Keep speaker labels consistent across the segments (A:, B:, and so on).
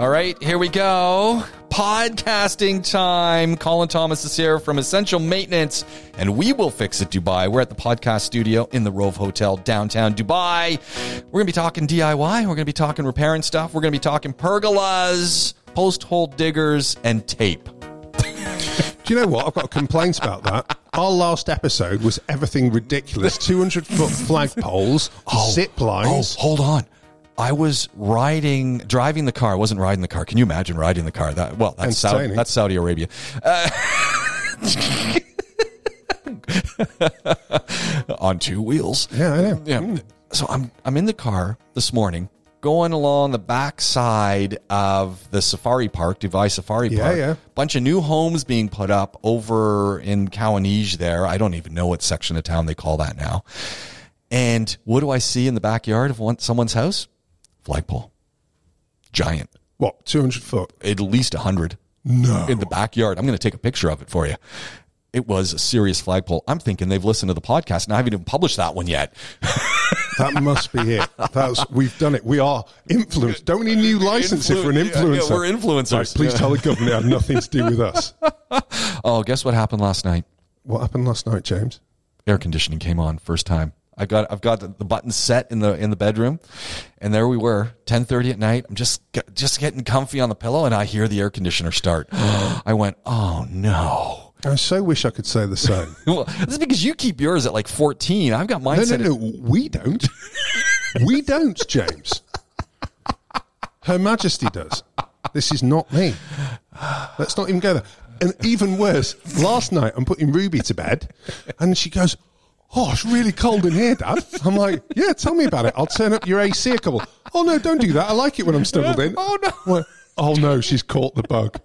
A: All right, here we go. Podcasting time. Colin Thomas is here from Essential Maintenance, and we will fix it Dubai. We're at the podcast studio in the Rove Hotel, downtown Dubai. We're going to be talking DIY. We're going to be talking repairing stuff. We're going to be talking pergolas, post hole diggers, and tape.
B: Do you know what? I've got complaints about that. Our last episode was everything ridiculous 200 foot flagpoles, zip lines.
A: Oh, hold on. I was riding, driving the car. I wasn't riding the car. Can you imagine riding the car? That well, that's Saudi,
B: Entertaining.
A: that's Saudi Arabia. Uh, on two wheels.
B: Yeah, I know. Hmm.
A: Yeah. So I'm I'm in the car this morning, going along the back side of the safari park, Dubai Safari
B: Yeah,
A: Park.
B: yeah.
A: Bunch of new homes being put up over in Kawanij there. I don't even know what section of town they call that now. And what do I see in the backyard of one, someone's house? Flagpole. Giant.
B: What, 200 foot?
A: At least 100
B: No.
A: in the backyard. I'm going to take a picture of it for you. It was a serious flagpole. I'm thinking they've listened to the podcast and I haven't even published that one yet.
B: That must be it. That's, we've done it. We are influenced. Don't we need new license if we're an
A: Influ- yeah,
B: influencer.
A: yeah, we're influencers.
B: Right, please tell the government it had nothing to do with us.
A: Oh, guess what happened last night?
B: What happened last night, James?
A: Air conditioning came on first time. I got I've got the, the button set in the in the bedroom, and there we were, ten thirty at night. I'm just get- just getting comfy on the pillow, and I hear the air conditioner start. I went, oh no.
B: I so wish I could say the same.
A: Well, this is because you keep yours at like fourteen. I've got mine
B: No, no,
A: set. at-
B: no. We don't. We don't, James. Her Majesty does. This is not me. Let's not even go there. And even worse, last night I'm putting Ruby to bed and she goes, Oh, it's really cold in here, Dad. I'm like, Yeah, tell me about it. I'll turn up your AC a couple. Oh, no, don't do that. I like it when I'm snuggled in.
A: Oh, no.
B: Well, oh, no, she's caught the bug.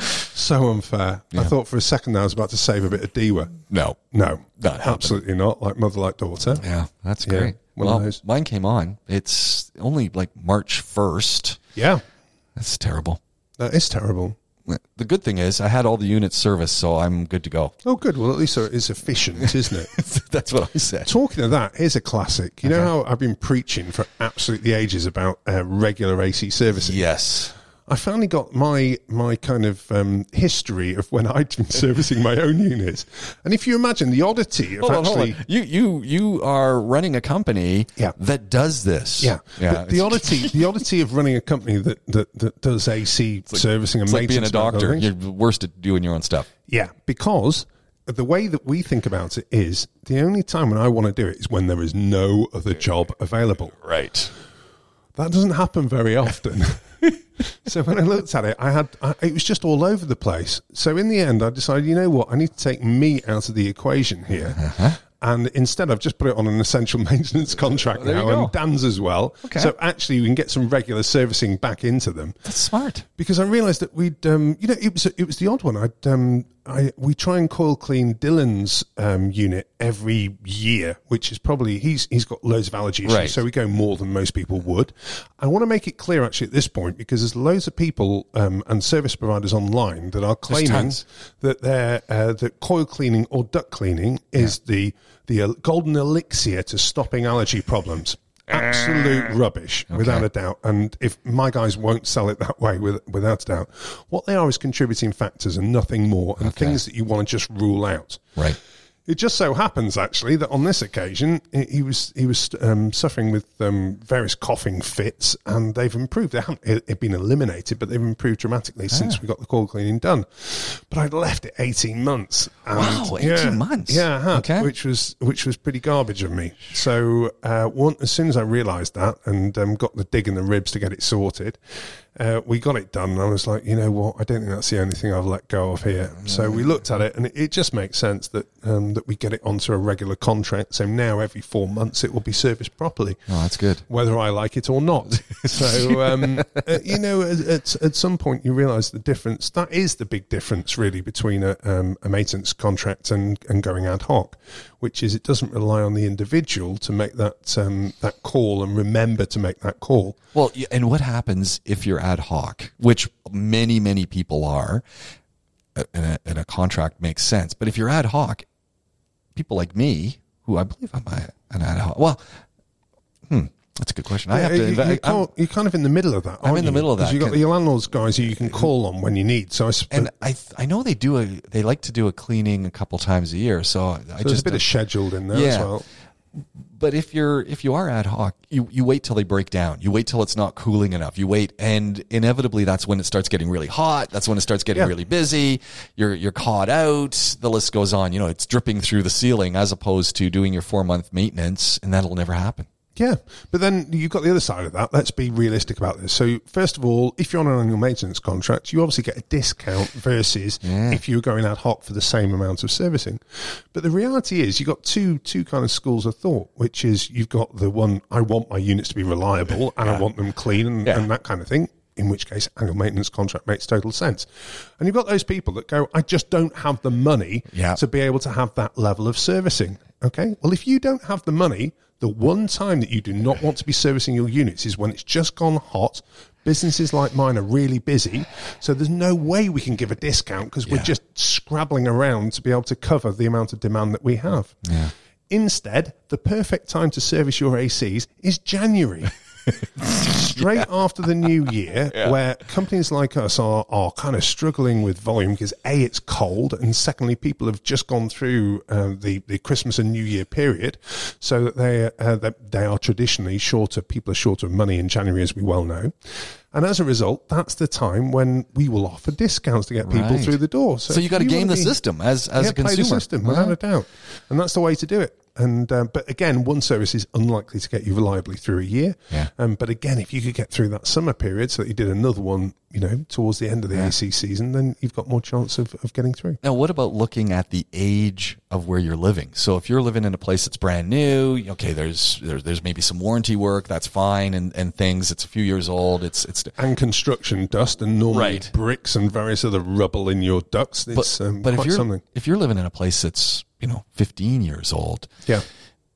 B: So unfair. I thought for a second I was about to save a bit of Dewa.
A: no,
B: No,
A: Not happening.
B: absolutely not. Like mother, like daughter.
A: Yeah, that's
B: Yeah,
A: great.
B: one of
A: well,
B: those.
A: mine came on. It's only like March first.
B: Yeah,
A: That's terrible.
B: that is terrible.
A: The good thing is I had all the units serviced, so I'm good to go.
B: Oh, good. Well, at least it is efficient, isn't it?
A: That's what I said.
B: Talking of that, here's a classic. You know how I've been preaching for absolutely ages about uh, regular AC services.
A: Yes.
B: I finally got my my kind of um, history of when I'd been servicing my own units, and if you imagine the oddity of
A: Hold on, hold
B: actually.
A: on. You you you are running a company
B: Yeah.
A: that does this.
B: Yeah,
A: yeah.
B: But
A: it's-
B: the oddity, the oddity of running a company that that, that does AC servicing and
A: it's like being a
B: maintenance and all those
A: doctor.
B: things.
A: You're the worst at doing your own stuff.
B: Yeah, because the way that we think about it is the only time when I want to do it is when there is no other job available.
A: Right.
B: That doesn't happen very often. so when I looked at it, I had I, it was just all over the place. So in the end, I decided, you know what, I need to take me out of the equation here. And instead, I've just put it on an essential maintenance contract
A: Uh-huh. there you
B: now,
A: go.
B: and Dan's as well.
A: Okay.
B: So actually, we can get some regular servicing back into them
A: That's smart.
B: because I realised that we'd, um, you know, it was it was the odd one. I'd, um, I we try and coil clean Dylan's um, unit every year, which is probably he's he's got loads of allergy issues,
A: Right.
B: so we go more than most people would. I want to make it clear actually at this point because there's loads of people um, and service providers online that are claiming
A: tons.
B: that their uh, that coil cleaning or duct cleaning is the the uh, golden elixir to stopping allergy problems. Absolute rubbish, without a doubt. And if my guys won't sell it that way, with, without a doubt, what they are is contributing factors and nothing more, and things that you want to just rule out.
A: Right.
B: It just so happens, actually, that on this occasion he he was he was um, suffering with um, various coughing fits, and they've improved. They haven't it, it been eliminated, but they've improved dramatically
A: Ah.
B: since we got the coil cleaning done. But I'd left it eighteen months. And
A: Wow, 18 months.
B: Yeah, I had,
A: Okay.
B: which was which was pretty garbage of me. So uh, one, as soon as I realised that and um, got the dig in the ribs to get it sorted, uh, we got it done. And I was like, you know what? I don't think that's the only thing I've let go of here. So we looked at it, and it, it just makes sense that um, that we get it onto a regular contract. So now every four months it will be serviced properly
A: Oh, that's good.
B: whether I like it or not. So, um, uh, you know, at, at, at some point you realise the difference. That is the big difference, really, between a, um, a maintenance contract and, and going ad hoc, which is it doesn't rely on the individual to make that um, that call and remember to make that call.
A: Well, y- and what happens if you're ad hoc, which many, many people are, uh, and a, and a contract makes sense. But if you're ad hoc, people like me, who I believe I'm a, an ad hoc, well, hmm, That's a good question. I
B: Yeah,
A: have to.
B: Uh, you,
A: inve-
B: you
A: I'm-
B: can't- you're kind of in the middle of that.
A: I'm
B: aren't
A: in the
B: you?
A: middle of
B: 'Cause
A: that.
B: You've got
A: Can-
B: your landlord's guys who you can call on when you need. So I sp-
A: and I th- I know they do a they like to do a cleaning a couple times a year. So I I
B: there's
A: just
B: a bit of scheduled in there as
A: Yeah.
B: well.
A: but if you're if you are ad hoc, you you wait till they break down. You wait till it's not cooling enough. You wait, and inevitably that's when it starts getting really hot. That's when it starts getting
B: Yeah.
A: really busy. You're you're caught out. The list goes on. You know, it's dripping through the ceiling as opposed to doing your four month maintenance, and that'll never happen.
B: Yeah, but then you've got the other side of that. Let's be realistic about this. So, first of all, if you're on an annual maintenance contract, you obviously get a discount versus if you were going ad hoc for the same amount of servicing. But the reality is, you've got two two kind of schools of thought, which is you've got the one I want my units to be reliable and I want them clean and,
A: Yeah.
B: and that kind of thing. In which case, annual maintenance contract makes total sense. And you've got those people that go, I just don't have the money
A: Yeah.
B: to be able to have that level of servicing. Okay. Well, if you don't have the money, the one time that you do not want to be servicing your units is when it's just gone hot. Businesses like mine are really busy. So there's no way we can give a discount because we're just scrabbling around to be able to cover the amount of demand that we have. Instead, the perfect time to service your ACs is January. Straight after the new year, where companies like us are, are kind of struggling with volume because A, it's cold, and secondly, people have just gone through uh, the, the Christmas and New Year period, so that they, uh, that they are traditionally shorter, people are shorter of money in January, as we well know. And as a result, that's the time when we will offer discounts to get people
A: Right.
B: through the door.
A: So you got to
B: if
A: game the
B: wanna be-
A: system as as
B: yeah,
A: a
B: play the
A: consumer.
B: system without a doubt, and that's the way to do it. And um, but again, one service is unlikely to get you reliably through a year.
A: Yeah.
B: Um, but again, if you could get through that summer period, so that you did another one, you know, towards the end of the AC season, then you've got more chance of, of getting through.
A: Now, what about looking at the age of where you're living? So, if you're living in a place that's brand new, okay, there's there, there's maybe some warranty work that's fine, and, and things. It's a few years old. It's it's
B: And construction dust and normally
A: Right.
B: bricks and various other rubble in your ducts. It's um,
A: but
B: quite
A: if you're
B: something.
A: if you're living in a place that's you know 15 years old,
B: Yeah.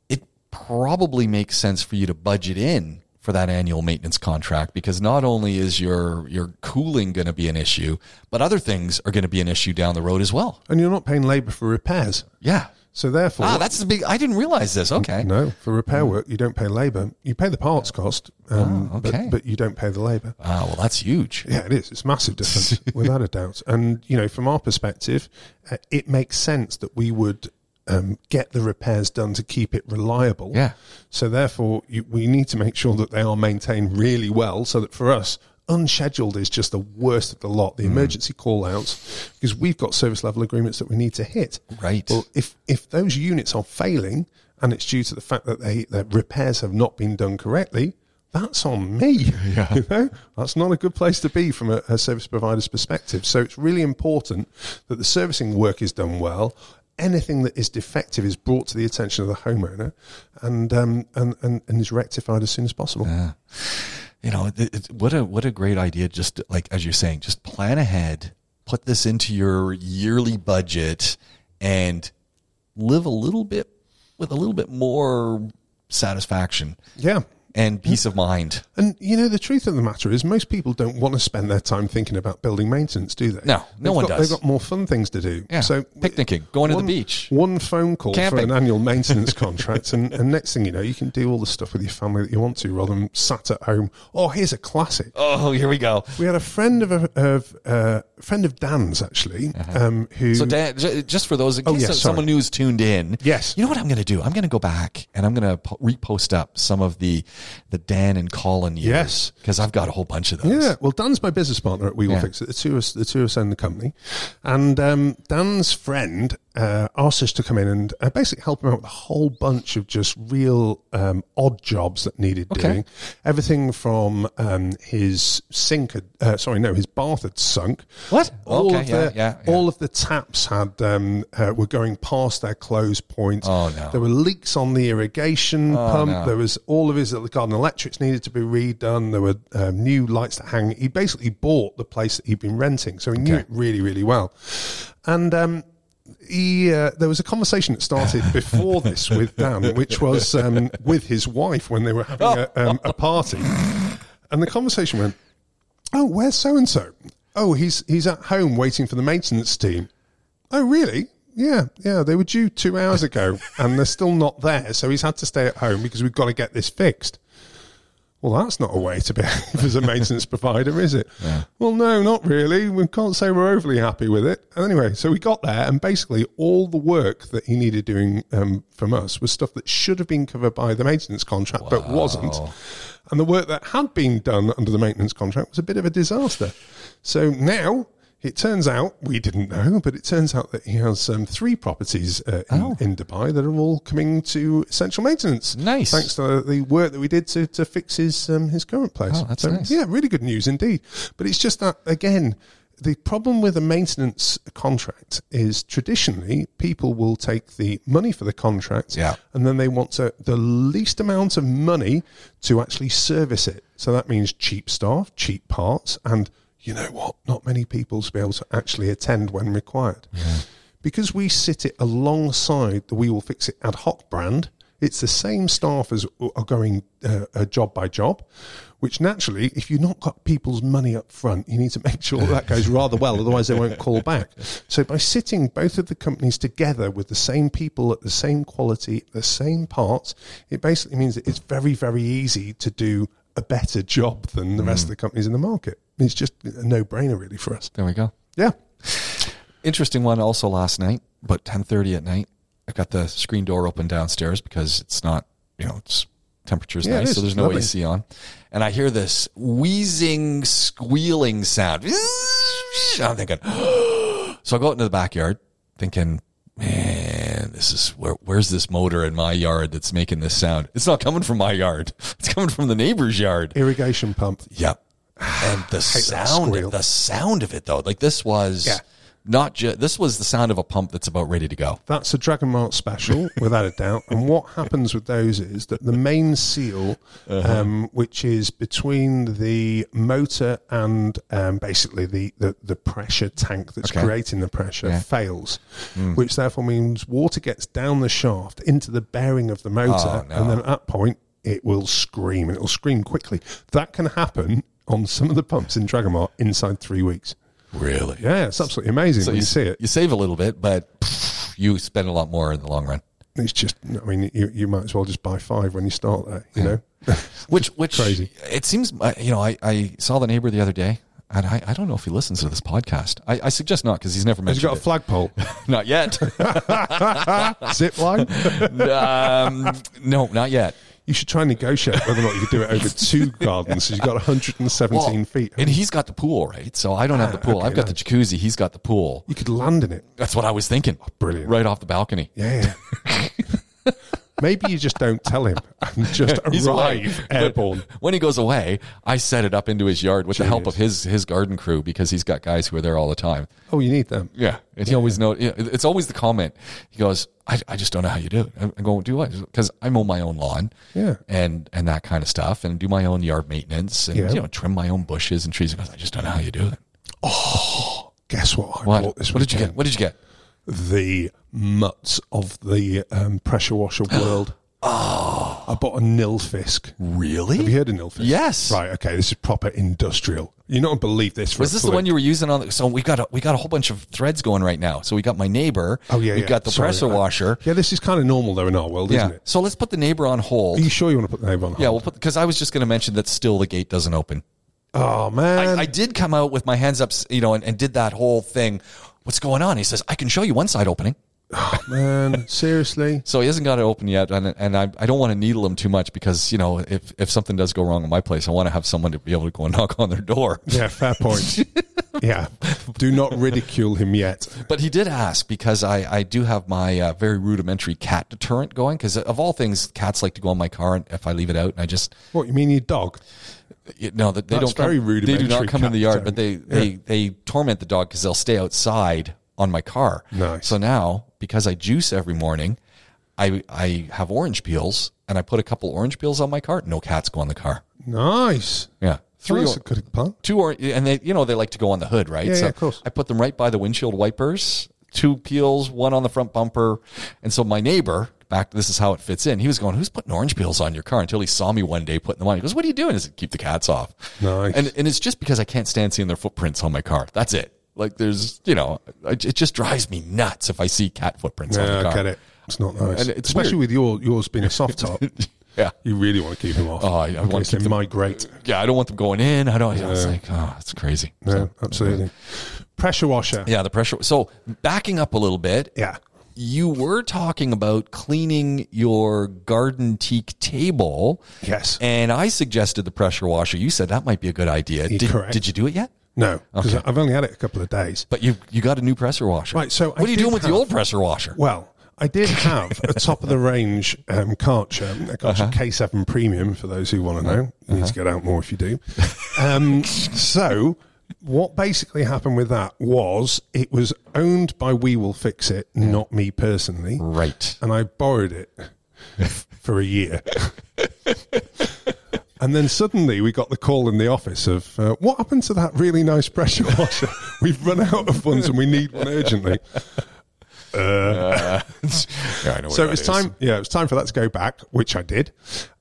A: it probably makes sense for you to budget in for that annual maintenance contract because not only is your your cooling going to be an issue, but other things are going to be an issue down the road as well.
B: And you're not paying labour for repairs.
A: Yeah.
B: So therefore,
A: Ah, Mm. that's the big. I didn't realize this. Okay.
B: No, for repair work, you don't pay labour. You pay the parts cost, um,
A: Oh, okay.
B: but, but you don't pay the labour.
A: Ah, well, that's huge.
B: Yeah, it is. It's a massive difference, without a doubt. And, you know, from our perspective, uh, it makes sense that we would um, get the repairs done to keep it reliable.
A: Yeah.
B: So, therefore, you, we need to make sure that they are maintained really well so that for us, unscheduled is just the worst of the lot,
A: Mm.
B: the emergency call outs, because we've got service level agreements that we need to hit.
A: Right.
B: Well, if if those units are failing and it's due to the fact that they that repairs have not been done correctly, that's on me. You know, that's not a good place to be from a, a service provider's perspective. So it's really important that the servicing work is done well. Anything that is defective is brought to the attention of the homeowner, and um, and, and and is rectified as soon as possible.
A: you know it, it, what a what a great idea just to, like as you're saying just plan ahead put this into your yearly budget and live a little bit with a little bit more satisfaction
B: Yeah.
A: and peace of mind
B: And you know the truth of the matter is, most people don't want to spend their time thinking about building maintenance, do they?
A: No, no
B: They've
A: one
B: got,
A: does.
B: They've got more fun things to do.
A: Yeah,
B: So
A: picnicking, going to the
B: one-
A: beach.
B: one phone call
A: Camping.
B: for an annual maintenance contract, and, and next thing you know, you can do all the stuff with your family that you want to, rather than sat at home. Oh, here's a classic.
A: oh here we go
B: We had a friend of a of, uh, friend of Dan's actually, um, who
A: Uh-huh. so Dan, ju- just for those in case
B: yeah, sorry.
A: someone who's tuned in
B: Yes.
A: you know what i'm going to do i'm going to go back and i'm going to po- repost up some of the the dan and colin years
B: Yes.
A: because i've got a whole bunch of those
B: Yeah, well, Dan's my business partner at We Will
A: Yeah.
B: Fix It. The two of us, the two of us own the company, and um, Dan's friend uh, asked us to come in and uh, basically help him out with a whole bunch of just real um, odd jobs that needed
A: Okay.
B: doing. Everything from um, his sink, had, uh, sorry, no, his bath had sunk.
A: What? uh,
B: All
A: Okay,
B: of
A: yeah,
B: the
A: yeah, yeah.
B: all of the taps had um, uh, were going past their close point.
A: Oh, no. Oh,
B: There were leaks on the irrigation pump.
A: no.
B: There was all of his garden electrics needed to be redone. There were um, new lights that hang. He basically bought the place that he'd been renting, so he knew
A: Okay.
B: it really, really well. And um, he, uh, there was a conversation that started before this with Dan, which was um, with his wife when they were having a, um, a party. And the conversation went, "Oh, where's so and so? Oh, he's he's at home waiting for the maintenance team. Oh, really? Yeah, yeah. They were due two hours ago, and they're still not there. So he's had to stay at home because we've got to get this fixed. Well, that's not a way to behave as a maintenance provider, is it? Well, no, not really. We can't say we're overly happy with it. And anyway, so we got there, and basically all the work that he needed doing um, from us was stuff that should have been covered by the maintenance contract, but wasn't. And the work that had been done under the maintenance contract was a bit of a disaster. So now it turns out we didn't know, but it turns out that he has um, three properties uh, in, in Dubai that are all coming to essential maintenance.
A: Nice.
B: thanks to the work that we did to, to fix his um, his current place.
A: Oh, that's nice.
B: Yeah, really good news indeed. But it's just that again. The problem with a maintenance contract is traditionally people will take the money for the contract
A: Yeah.
B: and then they want to, the least amount of money to actually service it. So that means cheap staff, cheap parts, and you know what? Not many people will be able to actually attend when required. Because we sit it alongside the We Will Fix It ad hoc brand, it's the same staff as are going uh, uh, job by job, which naturally, if you've not got people's money up front, you need to make sure that goes rather well, otherwise they won't call back. So by sitting both of the companies together with the same people at the same quality, the same parts, it basically means that it's very, very easy to do a better job than the rest of the companies in the market. It's just a no-brainer really for us.
A: There we go.
B: Yeah.
A: Interesting one also last night, but 10:30 at night, I got the screen door open downstairs because it's not, you know, it's temperature's
B: Yeah, it
A: nice,
B: is.
A: so there's no
B: Lovely.
A: AC on. And I hear this wheezing, squealing sound. I'm thinking, so I go out into the backyard thinking, man, this is where where's this motor in my yard that's making this sound? It's not coming from my yard. It's coming from the neighbor's yard.
B: Irrigation pump.
A: Yep. And the sound,
B: squeal.
A: the sound of it though, like this was
B: Yeah.
A: not just this was the sound of a pump that's about ready to go.
B: That's a Dragon Mart special, without a doubt. And what happens with those is that the main seal,
A: Uh-huh.
B: um, which is between the motor and um, basically the, the, the pressure tank that's
A: Okay. Hmm.
B: creating the pressure, fails, which therefore means water gets down the shaft into the bearing of the motor.
A: Oh, no.
B: And then at that point, it will scream and it'll scream quickly. That can happen on some of the pumps in Dragon Mart inside three weeks.
A: Really?
B: Yeah, it's absolutely amazing when you
A: s-
B: see it.
A: You save a little bit, but you spend a lot more in the long run.
B: It's just, I mean, you, you might as well just buy five when you start there, you know?
A: Which which
B: crazy.
A: it seems uh, you know, I, I saw the neighbor the other day and I, I don't know if he listens to this podcast. I, I suggest not because he's never mentioned
B: Has he got a flagpole?
A: it. Not yet.
B: Zip line?
A: um, no, not yet.
B: You should try and negotiate whether or not you could do it over two gardens. So you've got 117
A: Well,
B: feet. Ah,
A: And he's got the pool, right? So I don't have the pool. I've got the jacuzzi. He's got the pool.
B: You could land in it.
A: That's what I was thinking.
B: Oh, brilliant.
A: Right off the balcony.
B: Yeah. Maybe you just don't tell him and just
A: He's away.
B: arrive airborne.
A: When he goes away, I set it up into his yard with the help of his his garden crew because he's got guys who are there all the time.
B: Oh, you need them.
A: Yeah, and he always know. yeah, It's always the comment. He goes, "I, I just don't know how you do it." I I go, "Do what?" Because I mow my own lawn,
B: Yeah.
A: and and that kind of stuff, and do my own yard maintenance, and
B: Yeah.
A: you know, trim my own bushes and trees. He goes, "I just don't know how you do it."
B: Guess what I
A: What?
B: bought this
A: What did you
B: weekend?
A: get? What did you get?
B: the mutts of the um, pressure washer world. oh. I bought a Nilfisk.
A: Ah. Really?
B: Have you heard of Nilfisk?
A: Yes.
B: Right, okay, this is proper industrial. You're not going to believe this. For
A: Was
B: a
A: this the
B: flip.
A: one you were using on? The, so we got a, we got a whole bunch of threads going right now. So we got my neighbor.
B: Oh, yeah,
A: We
B: yeah.
A: got the
B: Sorry,
A: presser
B: I-
A: washer.
B: Yeah, this is kind of normal, though, in our world,
A: Yeah.
B: isn't it?
A: So let's put the neighbor on hold.
B: Are you sure you want to put the name on?
A: yeah, we'll put because I was just going to mention that still the gate doesn't open.
B: Oh, man.
A: I did come out with my hands up, you know, and, and did that whole thing. What's going on? He says I can show you one side opening.
B: man, seriously?
A: So he hasn't got it open yet, and and I, I don't want to needle him too much because you know if if something does go wrong in my place, I want to have someone to be able to go and knock on their door.
B: Yeah, fair point. yeah. Do not ridicule him yet.
A: But he did ask because I, I do have my uh, very rudimentary cat deterrent going because of all things, cats like to go on my car and if I leave it out and I just
B: What, you mean your dog?
A: you know that they
B: That's
A: don't come,
B: very
A: they do
B: rudimentary
A: not come in
B: cat
A: the yard, but they
B: deterrent.
A: they they torment the dog because they'll stay outside on my car.
B: Nice.
A: So now because I juice every morning, I I have orange peels and I put a couple orange peels on my car. No cats go on the car.
B: Nice.
A: Yeah, three
B: Three that's
A: or-
B: a good plan.
A: two or and they you know they like to go on the hood right
B: Yeah, yeah, of course.
A: i put them right by the windshield wipers two peels one on the front bumper and so my neighbor back this is how it fits in he was going who's putting orange peels on your car until he saw me one day putting them on he goes what are you doing is it keep the cats off
B: Nice.
A: and, and it's just because i can't stand seeing their footprints on my car that's it like there's you know I- it just drives me nuts if i see cat footprints on
B: Yeah,
A: the car
B: I get it. It's not nice.
A: And it's
B: Especially
A: weird.
B: with your, yours being a soft top.
A: Yeah.
B: You really want to keep them off.
A: Oh, I- I
B: In
A: wanna
B: case
A: keep
B: they
A: them-
B: migrate.
A: Yeah, I don't want them going in. I don't. I was like, oh, it's crazy.
B: Yeah, absolutely. Pressure washer.
A: Yeah, the pressure. So backing up a little bit,
B: Yeah.
A: you were talking about cleaning your garden teak table.
B: Yes.
A: And I suggested the pressure washer. You said that might be a good idea. Did,
B: correct.
A: did you do it yet?
B: No, because I've only had it a couple of days.
A: But you you got a new pressure washer.
B: Right, so
A: what
B: I
A: are you
B: did
A: doing with the
B: have-
A: old pressure washer?
B: Well, I did have a top of the range um, Karcher, a Karcher K7 Premium for those who want to know. You need to get out more if you do. Um, so, what basically happened with that was it was owned by We Will Fix It, not me personally.
A: Right.
B: and I borrowed it for a year. and then suddenly we got the call in the office of uh, what happened to that really nice pressure washer? We've run out of ones and we need one urgently.
A: Yeah, I know
B: So it was time. Yeah, it was time for that to go back, which I did.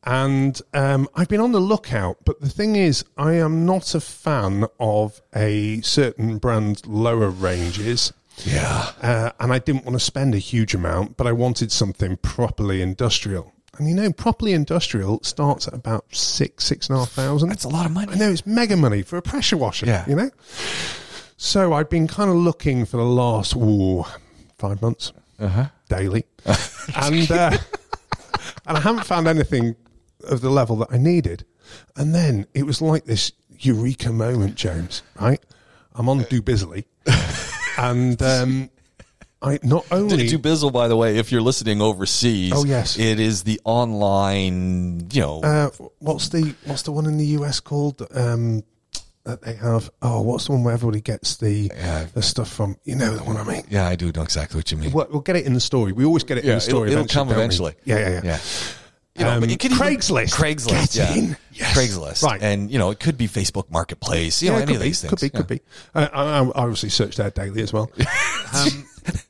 B: And um, I've been on the lookout, but the thing is, I am not a fan of a certain brand lower ranges.
A: Yeah.
B: uh, and I didn't want to spend a huge amount, but I wanted something properly industrial. And you know, properly industrial starts at about six, six and a half thousand.
A: That's a lot of money.
B: I know it's mega money for a pressure washer.
A: Yeah.
B: you know. So I've been kind of looking for the last ooh, five months
A: Uh-huh.
B: daily, and uh, and I haven't found anything of the level that I needed. And then it was like this eureka moment, James. Right, I'm on Do Busily, and um, I not only
A: Do Bizzle, by the way, if you're listening overseas,
B: Oh, yes.
A: it is the online, you know,
B: uh, what's the what's the one in the US called um, that they have? Oh, what's the one where everybody gets the the stuff from? You know the one I mean.
A: yeah, I do know exactly what you mean.
B: We'll, we'll get it in the story. We always get it in
A: Yeah,
B: the story.
A: it'll- it'll come
B: don't we?
A: eventually.
B: Yeah, yeah, yeah.
A: Yeah. You know,
B: Um,
A: but it could even-
B: Craigslist.
A: Craigslist,
B: Get
A: yeah.
B: in. Yes.
A: Craigslist,
B: Right.
A: And you know, it could be Facebook Marketplace, you
B: Yeah,
A: know,
B: it
A: any
B: could
A: of
B: be,
A: these things.
B: Could be, could be. Uh, I, I obviously searched that daily as well. um,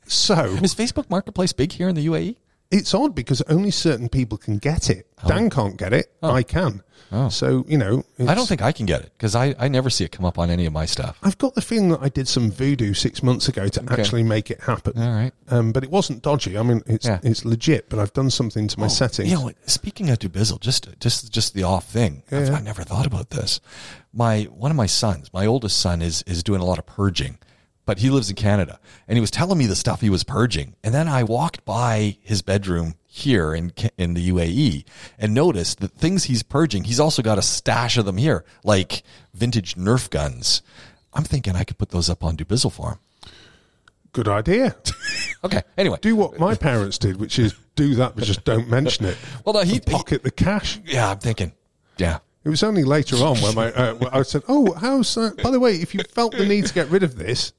B: so
A: Is Facebook Marketplace big here in the E? UAE?
B: it's odd because only certain people can get it.
A: Oh.
B: Dan can't get it. I can. So, you know,
A: I don't think I can get it because I, I never see it come up on any of my stuff.
B: I've got the feeling that I did some voodoo six months ago to actually make it happen.
A: All right.
B: Um, but it wasn't dodgy. I mean, it's
A: Yeah. Oh,
B: it's legit. But I've done something to my settings.
A: You know, speaking of Dubizzle, just just just the off thing. I've, I never thought about this. My one of my sons, my oldest son, is is doing a lot of purging, but he lives in Canada, and he was telling me the stuff he was purging. And then I walked by his bedroom here in Ca- in the UAE and noticed that things he's purging, he's also got a stash of them here, like vintage Nerf guns. I'm thinking I could put those up on Dubizzle for him.
B: Good idea.
A: Okay. Anyway,
B: do what my parents did, which is do that, but just don't mention it.
A: Well, no, he-
B: And pocket the cash.
A: yeah, I'm thinking, yeah.
B: It was only later on when my uh, when I said, "Oh, how's that?" By the way, if you felt the need to get rid of this,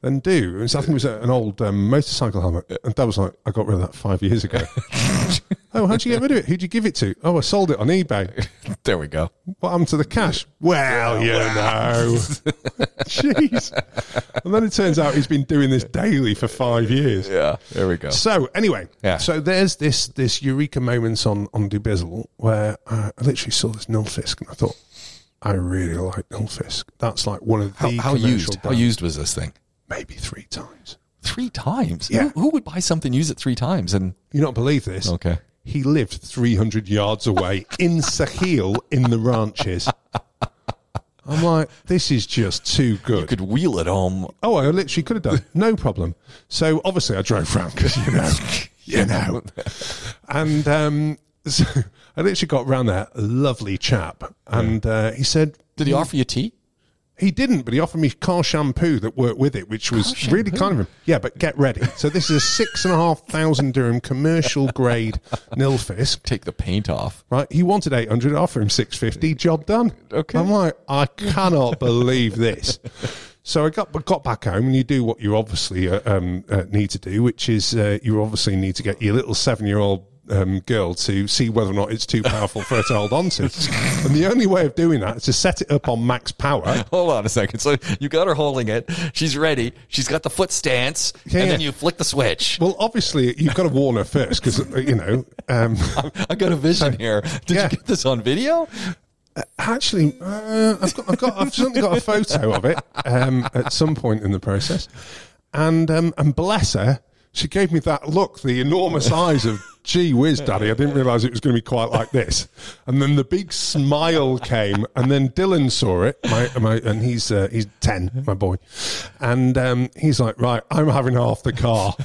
B: then do. It was, I think it was an old um, motorcycle helmet, and Dad was like, "I got rid of that five years ago." oh, how'd you get rid of it? Who'd you give it to? Oh, I sold it on eBay.
A: There we go.
B: What happened to the cash? Well, you know. Jeez. And then it turns out he's been doing this daily for five years.
A: Yeah, there we go.
B: So anyway,
A: Yeah.
B: so there's this this eureka moments on on Dubizzle where uh, I literally saw this Nilfisk and I thought, I really like Nilfisk. That's like one of the
A: How
B: commercial
A: used? How
B: brands.
A: used was this thing?
B: maybe three times.
A: Three times.
B: Yeah.
A: Who, who would buy something, use it three times, and
B: You not believe this?
A: Okay.
B: He lived 300 yards away in Sahil in the ranches. I'm like, this is just too good.
A: could wheel it home?
B: Oh, I literally could have done. No problem. So obviously I drove round because, you know, you know. And um, so I literally got round there, a lovely chap. And uh, he said,
A: Did he offer you tea?
B: he didn't, but he offered me car shampoo that worked with it, which was really kind of him. Yeah, but get ready. So this is a six and a half thousand dirham commercial grade Nilfisk
A: Take the paint off.
B: right? He wanted 800, offer him 650, job done.
A: Okay.
B: I'm like, I cannot believe this. So I got got back home, and you do what you obviously uh, um, uh, need to do, which is uh, you obviously need to get your little seven year old um, girl to see whether or not it's too powerful for her to hold on to. And the only way of doing that is to set it up on max power.
A: Hold on a second. So you got her holding it. She's ready. She's got the foot stance,
B: Yeah,
A: and then
B: yeah.
A: you flick the switch.
B: Well, obviously, you've got to warn her first because, you know, um,
A: I got a vision here. Did
B: yeah.
A: you get this on video?
B: Actually, uh, I've got, I've got, I've certainly got a photo of it um, at some point in the process, and um, and bless her, she gave me that look, the enormous eyes of, gee whiz, daddy, I didn't realize it was going to be quite like this. And then the big smile came, and then Dylan saw it, my, my, and he's, uh, he's 10, my boy. And um, he's like, right, I'm having half the car.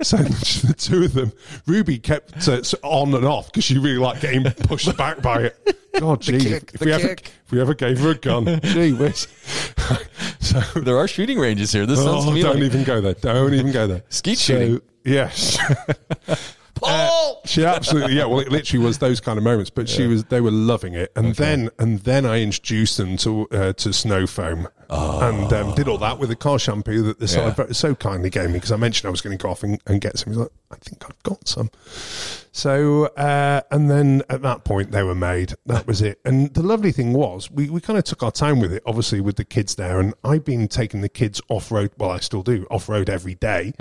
B: So the two of them, Ruby kept uh, so- on and off because she really liked getting pushed back by it. God, gee,
A: kick,
B: if,
A: the
B: we ever,
A: kick.
B: if we ever gave her a gun, gee whiz. so
A: There are shooting ranges here. This sounds to
B: Oh,
A: me
B: don't
A: like
B: even go there. Don't even go there.
A: Skeet shooting.
B: Yes.
A: Paul.
B: she absolutely yeah, well it literally was those kind of moments, but she was they were loving it. And then and then I introduced them to uh, to snow foam. And um, did all that with the car shampoo that the side
A: Yeah.
B: so kindly gave me because I mentioned I was going to go off and, and get some. He's like, I think I've got some. So, uh, and then at that point, they were made. That was it. And the lovely thing was, we, we kind of took our time with it, obviously, with the kids there. And I've been taking the kids off road, well, I still do, off road every day.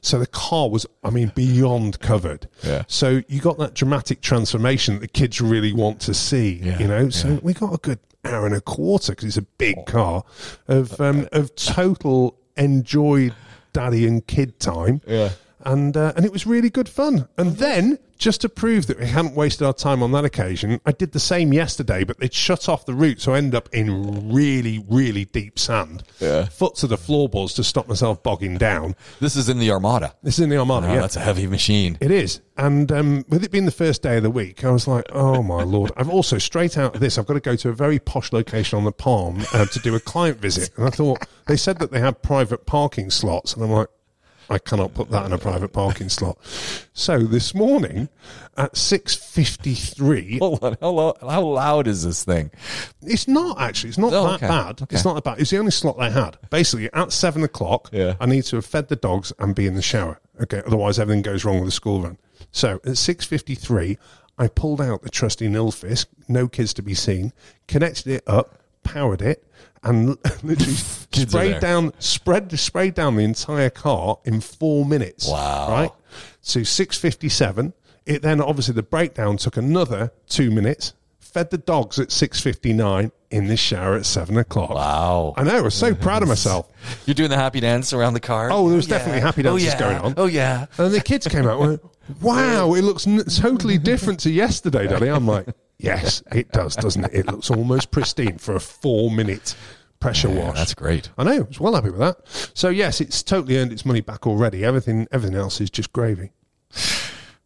B: So the car was, I mean, beyond covered.
A: Yeah.
B: So you got that dramatic transformation that the kids really want to see,
A: Yeah, Oh.
B: you know? So we got a good hour and a quarter because it's a big car of, um, of total enjoyed daddy and kid time
A: Yeah.
B: and uh, and it was really good fun. And then, just to prove that we hadn't wasted our time on that occasion, I did the same yesterday, but they'd shut off the route, so I ended up in really, really deep sand,
A: Yeah.
B: foot to the floorboards to stop myself bogging down.
A: This is in the Armada.
B: This is in the Armada,
A: Oh,
B: yeah.
A: That's a heavy machine.
B: It is. And um, with it being the first day of the week, I was like, oh my lord. I've also, straight out of this, I've got to go to a very posh location on the Palm uh, to do a client visit. And I thought, they said that they had private parking slots. And I'm like, I cannot put that in a private parking slot. So this morning at 6.53,
A: Hold on. How, lo- how loud is this thing?
B: it's not actually. It's not
A: Oh,
B: that
A: okay.
B: bad.
A: Okay.
B: It's not that bad. It's the only slot they had. Basically, at seven o'clock,
A: Yeah.
B: I need to have fed the dogs and be in the shower. Okay, otherwise everything goes wrong with the school run. So at six fifty-three, I pulled out the trusty Nilfisk, no kids to be seen, connected it up, powered it, and literally
A: Kids are there.
B: sprayed down, spread, sprayed down the entire car in four minutes.
A: Wow.
B: Right to 657. It then obviously the breakdown took another two minutes. Fed the dogs at 659 in the shower at seven o'clock.
A: Wow.
B: I know. I was so proud of myself.
A: You're doing the happy dance around the car.
B: Oh, there was definitely happy dances
A: oh, yeah.
B: going on.
A: Oh, yeah.
B: And the kids came out and went, wow, it looks n- totally different to yesterday, Daddy. I'm like, yes, it does, doesn't it? It looks almost pristine for a four minute pressure
A: Yeah,
B: wash.
A: Oh, that's great.
B: I know. I was well happy with that. So, yes, it's totally earned its money back already. Everything, everything else is just gravy.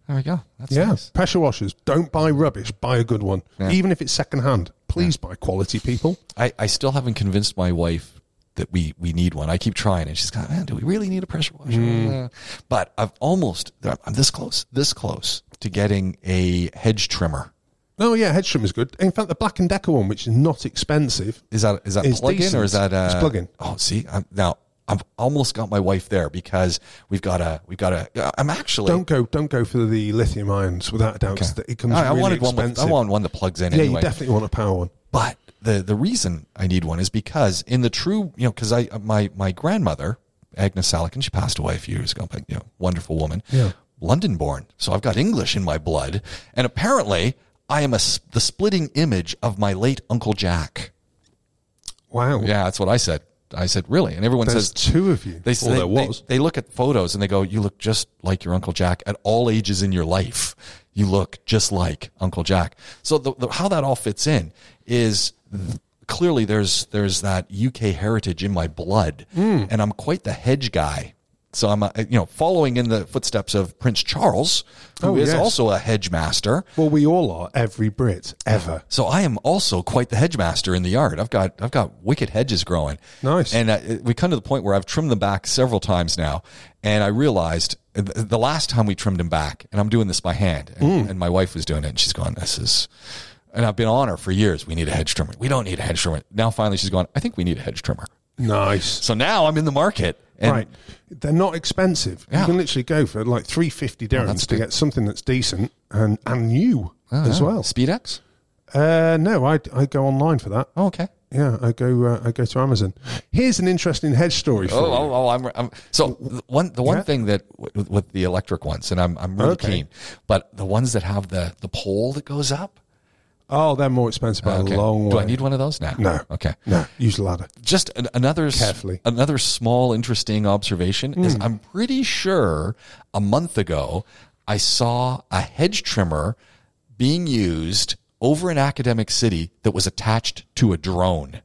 A: There we go. That's
B: Yeah,
A: nice.
B: pressure washers. Don't buy rubbish. Buy a good one, even if it's secondhand. Please buy quality, people.
A: I, I still haven't convinced my wife that we, we need one. I keep trying, and she's like, man, do we really need a pressure washer? Uh, But I've almost, I'm this close, this close to getting a hedge trimmer.
B: Oh yeah, Hedstrom is good. In fact, the Black and Decker one, which is not expensive.
A: Is that is that
B: It's
A: plug in or is that
B: decent.
A: uh,
B: It's plug-in.
A: Oh, see, I'm, now I've almost got my wife there because we've got a we've got a. I'm actually.
B: Don't go, don't go for the lithium ions without a doubt. 'cause It comes.
A: I, I
B: really
A: wanted one. With,
B: expensive.
A: I want one that plugs in.
B: Yeah,
A: anyway.
B: you definitely want a power one.
A: But the the reason I need one is because in the true, you know, because I my my grandmother Agnes Salakin, she passed away a few years ago, but you know, wonderful woman,
B: Yeah.
A: London born, so I've got English in my blood, and apparently I am a s- the splitting image of my late Uncle Jack.
B: Wow.
A: Yeah, that's what I said. I said really, and everyone
B: There's
A: says
B: two of you.
A: they,
B: well,
A: they,
B: there was.
A: They, they look at photos and they go, "You look just like your Uncle Jack at all ages in your life. You look just like Uncle Jack." So the, the, how that all fits in is clearly there's there's that UK heritage in my blood,
B: Hmm.
A: and I'm quite the hedge guy. So I'm, a, you know, following in the footsteps of Prince Charles, who
B: Oh,
A: is
B: yes.
A: also a hedge master.
B: well, we all are. Every Brit ever.
A: So I am also quite the hedge master in the yard. I've got I've got wicked hedges growing.
B: Nice.
A: And uh, we come to the point where I've trimmed them back several times now, and I realized uh, th- the last time we trimmed them back, and I'm doing this by hand, and,
B: Mm.
A: and my wife was doing it, and she's going, "This is." And I've been on her for years. We need a hedge trimmer. We don't need a hedge trimmer. Now finally, she's going. I think we need a hedge trimmer.
B: Nice.
A: So now I'm in the market. And
B: right. They're not expensive.
A: Yeah. Oh,
B: You can literally go for like three fifty dirhams to get something that's decent and and new
A: Oh,
B: as well.
A: SpeedX.
B: Uh, no, I I go online for that.
A: Oh, okay.
B: Yeah, I go. Uh, I go to Amazon. Here's an interesting hedge story for
A: Oh,
B: you.
A: oh, oh, I'm, I'm so the one. The one
B: Yeah.
A: thing that with, with the electric ones, and I'm I'm really
B: Okay.
A: keen, but the ones that have the the pole that goes up,
B: Oh, they're more expensive by
A: Okay.
B: a long way.
A: Do I need one of those now?
B: No.
A: Okay.
B: No, use ladder.
A: Just an, another s-
B: Carefully. Hmm.
A: another small interesting observation is I'm pretty sure a month ago I saw a hedge trimmer being used over in Academic City that was attached to a drone.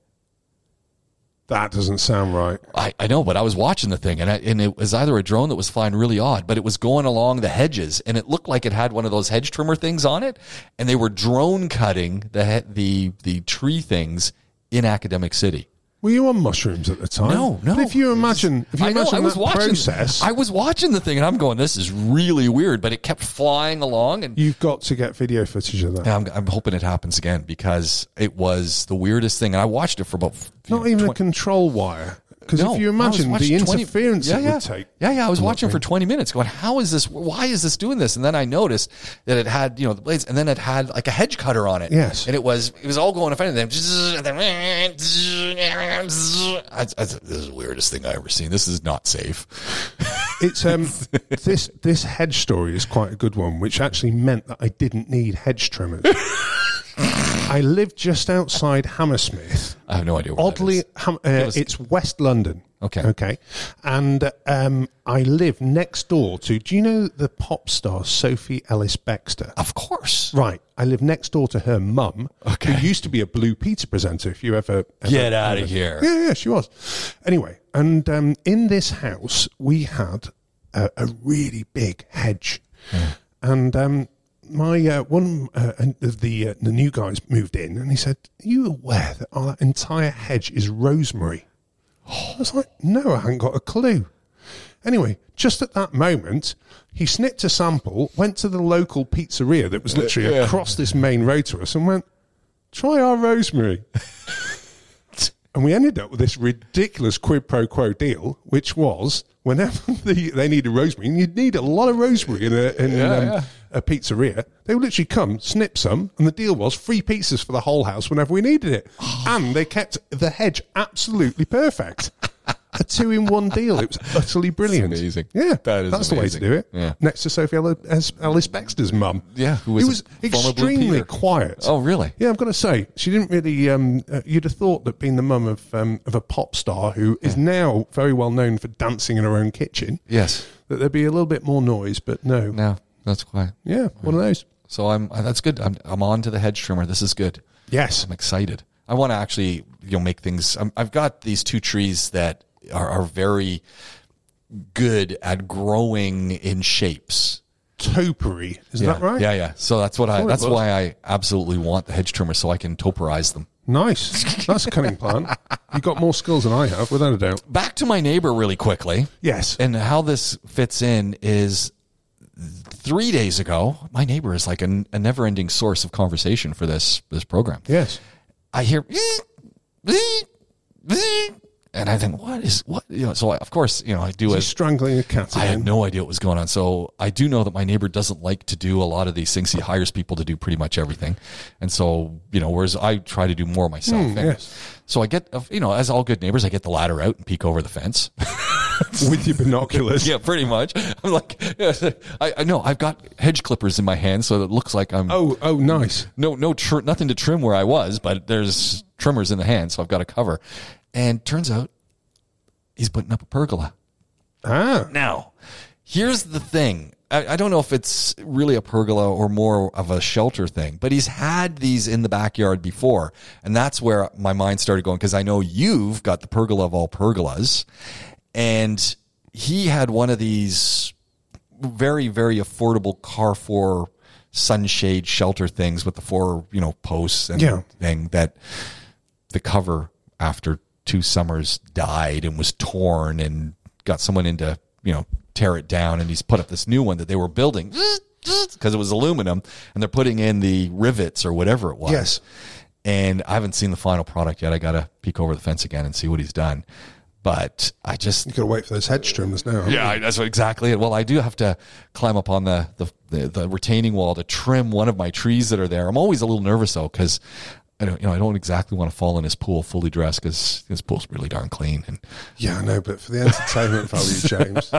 B: That doesn't sound right.
A: I, I know, but I was watching the thing, and I, and it was either a drone that was flying really odd, but it was going along the hedges, and it looked like it had one of those hedge trimmer things on it, and they were drone cutting the he- the the tree things in Academic City.
B: Were you on mushrooms at the time?
A: No, no.
B: But if you imagine, if you
A: I know,
B: imagine
A: I was
B: that
A: watching.
B: process,
A: I was watching the thing, and I'm going, "This is really weird," but it kept flying along, and
B: you've got to get video footage of that.
A: I'm, I'm hoping it happens again because it was the weirdest thing, and I watched it for about f-
B: Not even a control wire. Because
A: No,
B: if you
A: I was
B: imagine the
A: watching 20
B: interference
A: yeah,
B: it
A: yeah.
B: would take.
A: Yeah, yeah. I was watching for 20 minutes going, how is this? Why is this doing this? And then I noticed that it had, you know, the blades and then it had like a hedge cutter on it.
B: Yes.
A: And it was, it was all going in front of them. I- I- This is the weirdest thing I've ever seen. This is not safe.
B: It's um this this hedge story is quite a good one, which actually meant that I didn't need hedge trimmers. I lived just outside Hammersmith.
A: I have no idea what
B: Oddly, Ham- uh, it's West London.
A: Okay.
B: Okay. And um, I live next door to. Do you know the pop star Sophie Ellis Bextor?
A: Of course.
B: Right. I live next door to her mum,
A: Okay.
B: who used to be a Blue Peter presenter. If you ever, ever
A: Get out of here.
B: yeah, yeah, she was. Anyway, and um, in this house, we had a, a really big hedge. And um, my uh, one uh, and the- the, uh, the new guys moved in, and he said, Are you aware that our entire hedge is rosemary? I was like, No, I haven't got a clue. Anyway, just at that moment, he snipped a sample, went to the local pizzeria that was literally across this main road to us, and went, Try our rosemary. And we ended up with this ridiculous quid pro quo deal, which was whenever the, they needed rosemary, and you'd need a lot of rosemary in, a, in um, a pizzeria, they would literally come, snip some, and the deal was free pizzas for the whole house whenever we needed it. and they kept the hedge absolutely perfect. A two in one deal. It was utterly brilliant.
A: amazing.
B: Yeah.
A: That is
B: that's
A: amazing.
B: the way to do it.
A: Yeah.
B: Next to Sophie Ellis, Ellis Baxter's mum.
A: Yeah, who was
B: It
A: a
B: was
A: former Blue
B: extremely
A: Peter.
B: quiet.
A: Oh, really?
B: Yeah, I've got to say, she didn't really. Um, uh, you'd have thought that being the mum of um, of a pop star who is now very well known for dancing in her own kitchen,
A: Yes.
B: that there'd be a little bit more noise, but no.
A: No, that's quiet.
B: Yeah, one of those.
A: So I'm, that's good. I'm, I'm on to the hedge trimmer. This is good.
B: Yes,
A: I'm excited. I want to actually, you know, make things. i I've got these two trees that are, are very good at growing in shapes.
B: topiary. Isn't
A: yeah.
B: that right?
A: Yeah, yeah. So that's what I.
B: it
A: that's
B: was.
A: why I absolutely want the hedge trimmer so I can toperize them.
B: Nice. That's a cunning plan. You got more skills than I have, without a doubt.
A: Back to my neighbor really quickly,
B: Yes.
A: and how this fits in is three days ago. My neighbor is like an, a never-ending source of conversation for this this program.
B: Yes.
A: I hear and I think, what is what? You know, so I, of course, you know, I do
B: He's
A: it.
B: strangling a cat.
A: I had
B: again.
A: no idea what was going on. So I do know that my neighbor doesn't like to do a lot of these things. He hires people to do pretty much everything, and so you know, whereas I try to do more myself. And
B: yes.
A: So I get, you know, as all good neighbors, I get the ladder out and peek over the fence.
B: With your binoculars.
A: yeah, pretty much. I'm like, I, I know I've got hedge clippers in my hand, so it looks like I'm
B: Oh, oh, nice.
A: no no tr- nothing to trim where I was, but there's trimmers in the hand, so I've got a cover. And turns out he's putting up a pergola.
B: Ah,
A: Now, here's the thing. I, I don't know if it's really a pergola or more of a shelter thing, but he's had these in the backyard before. And that's where my mind started going because I know you've got the pergola of all pergolas. And he had one of these very, very affordable car for sunshade shelter things with the four, you know, posts and
B: Yeah.
A: thing that the cover after two summers died and was torn and got someone in to you know tear it down and he's put up this new one that they were building because it was aluminum and they're putting in the rivets or whatever it was
B: Yes.
A: and i haven't seen the final product yet i gotta peek over the fence again and see what he's done but i just
B: you got to wait for those hedge trimmers now.
A: yeah, I- that's what- exactly it. Well, I do have to climb up on the, the, the, the retaining wall to trim one of my trees that are there. I'm always a little nervous though because I don't, you know, I don't exactly want to fall in his pool fully dressed because his pool's really darn clean. And
B: Yeah, I know, but for the entertainment value, James,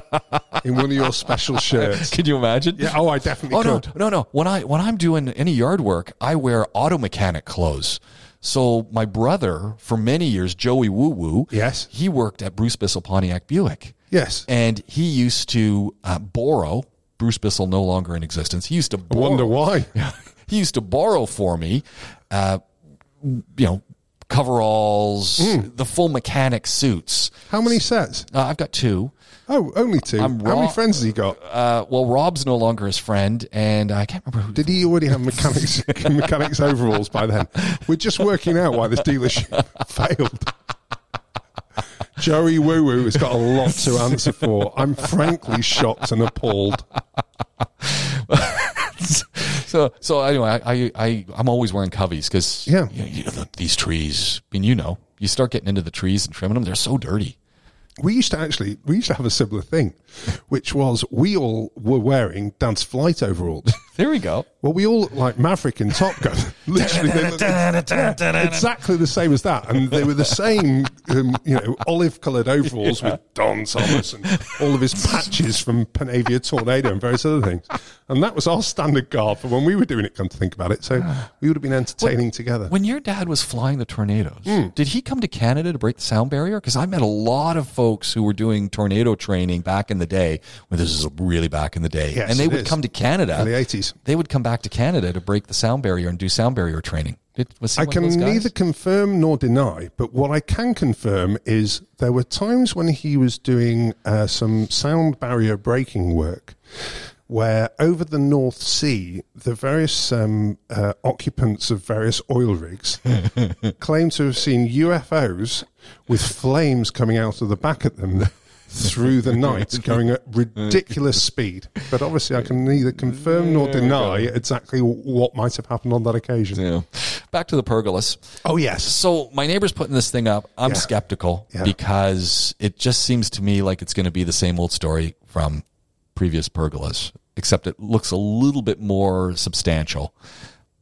B: in one of your special shirts.
A: could you imagine?
B: Yeah, oh, I definitely
A: Oh no,
B: could.
A: no, no. When I when I'm doing any yard work, I wear auto mechanic clothes. So my brother, for many years, Joey Woo Woo,
B: Yes.
A: he worked at Bruce Bissell Pontiac Buick,
B: Yes.
A: and he used to uh, borrow. Bruce Bissell no longer in existence. He used to
B: I
A: borrow,
B: wonder why.
A: he used to borrow for me, uh, you know, coveralls, the full mechanic suits.
B: How many sets?
A: Uh, I've got two.
B: Oh, only 2 How
A: raw-
B: many friends has he got?
A: Uh, well, Rob's no longer his friend, and I can't remember who
B: Did he already have mechanics mechanics overalls by then? We're just working out why this dealership failed. Joey Woo Woo has got a lot to answer for. I'm frankly shocked and appalled.
A: so so anyway, I I, I I'm always wearing coveys because
B: Yeah.
A: you know, the- these trees. I mean, you know, you start getting into the trees and trimming them; they're so dirty.
B: We used to actually we used to have a similar thing, which was we all were wearing dance flight overalls.
A: There we go.
B: Well, we all look like Maverick and Top Gun. Literally, they look exactly the same as that, and they were the same, um, you know, olive-coloured overalls with Don Thomas and all of his patches from Panavia Tornado and various other things. And that was our standard garb for when we were doing it. Come to think about it, so we would have been entertaining together.
A: When your dad was flying the tornadoes,
B: Hmm.
A: did he come to Canada to break the sound barrier? Because I met a lot of folks who were doing tornado training back in the day. When this is really back in the day,
B: Yes,
A: and they
B: it
A: would
B: is.
A: come to Canada
B: In the 80s.
A: They would come back to Canada to break the sound barrier and do sound barrier training. It was he
B: I
A: one of
B: can
A: those guys?
B: neither confirm nor deny, but what I can confirm is there were times when he was doing uh, some sound barrier breaking work where over the North Sea, the various um, uh, occupants of various oil rigs claim to have seen UFOs with flames coming out of the back of them. Through the night, going at ridiculous speed, but obviously I can neither confirm nor deny exactly what might have happened on that occasion.
A: Yeah. Back to the pergolas.
B: Oh yes,
A: So my neighbor's putting this thing up. I'm
B: Yeah.
A: skeptical
B: Yeah.
A: because it just seems to me like it's going to be the same old story from previous pergolas, except it looks a little bit more substantial.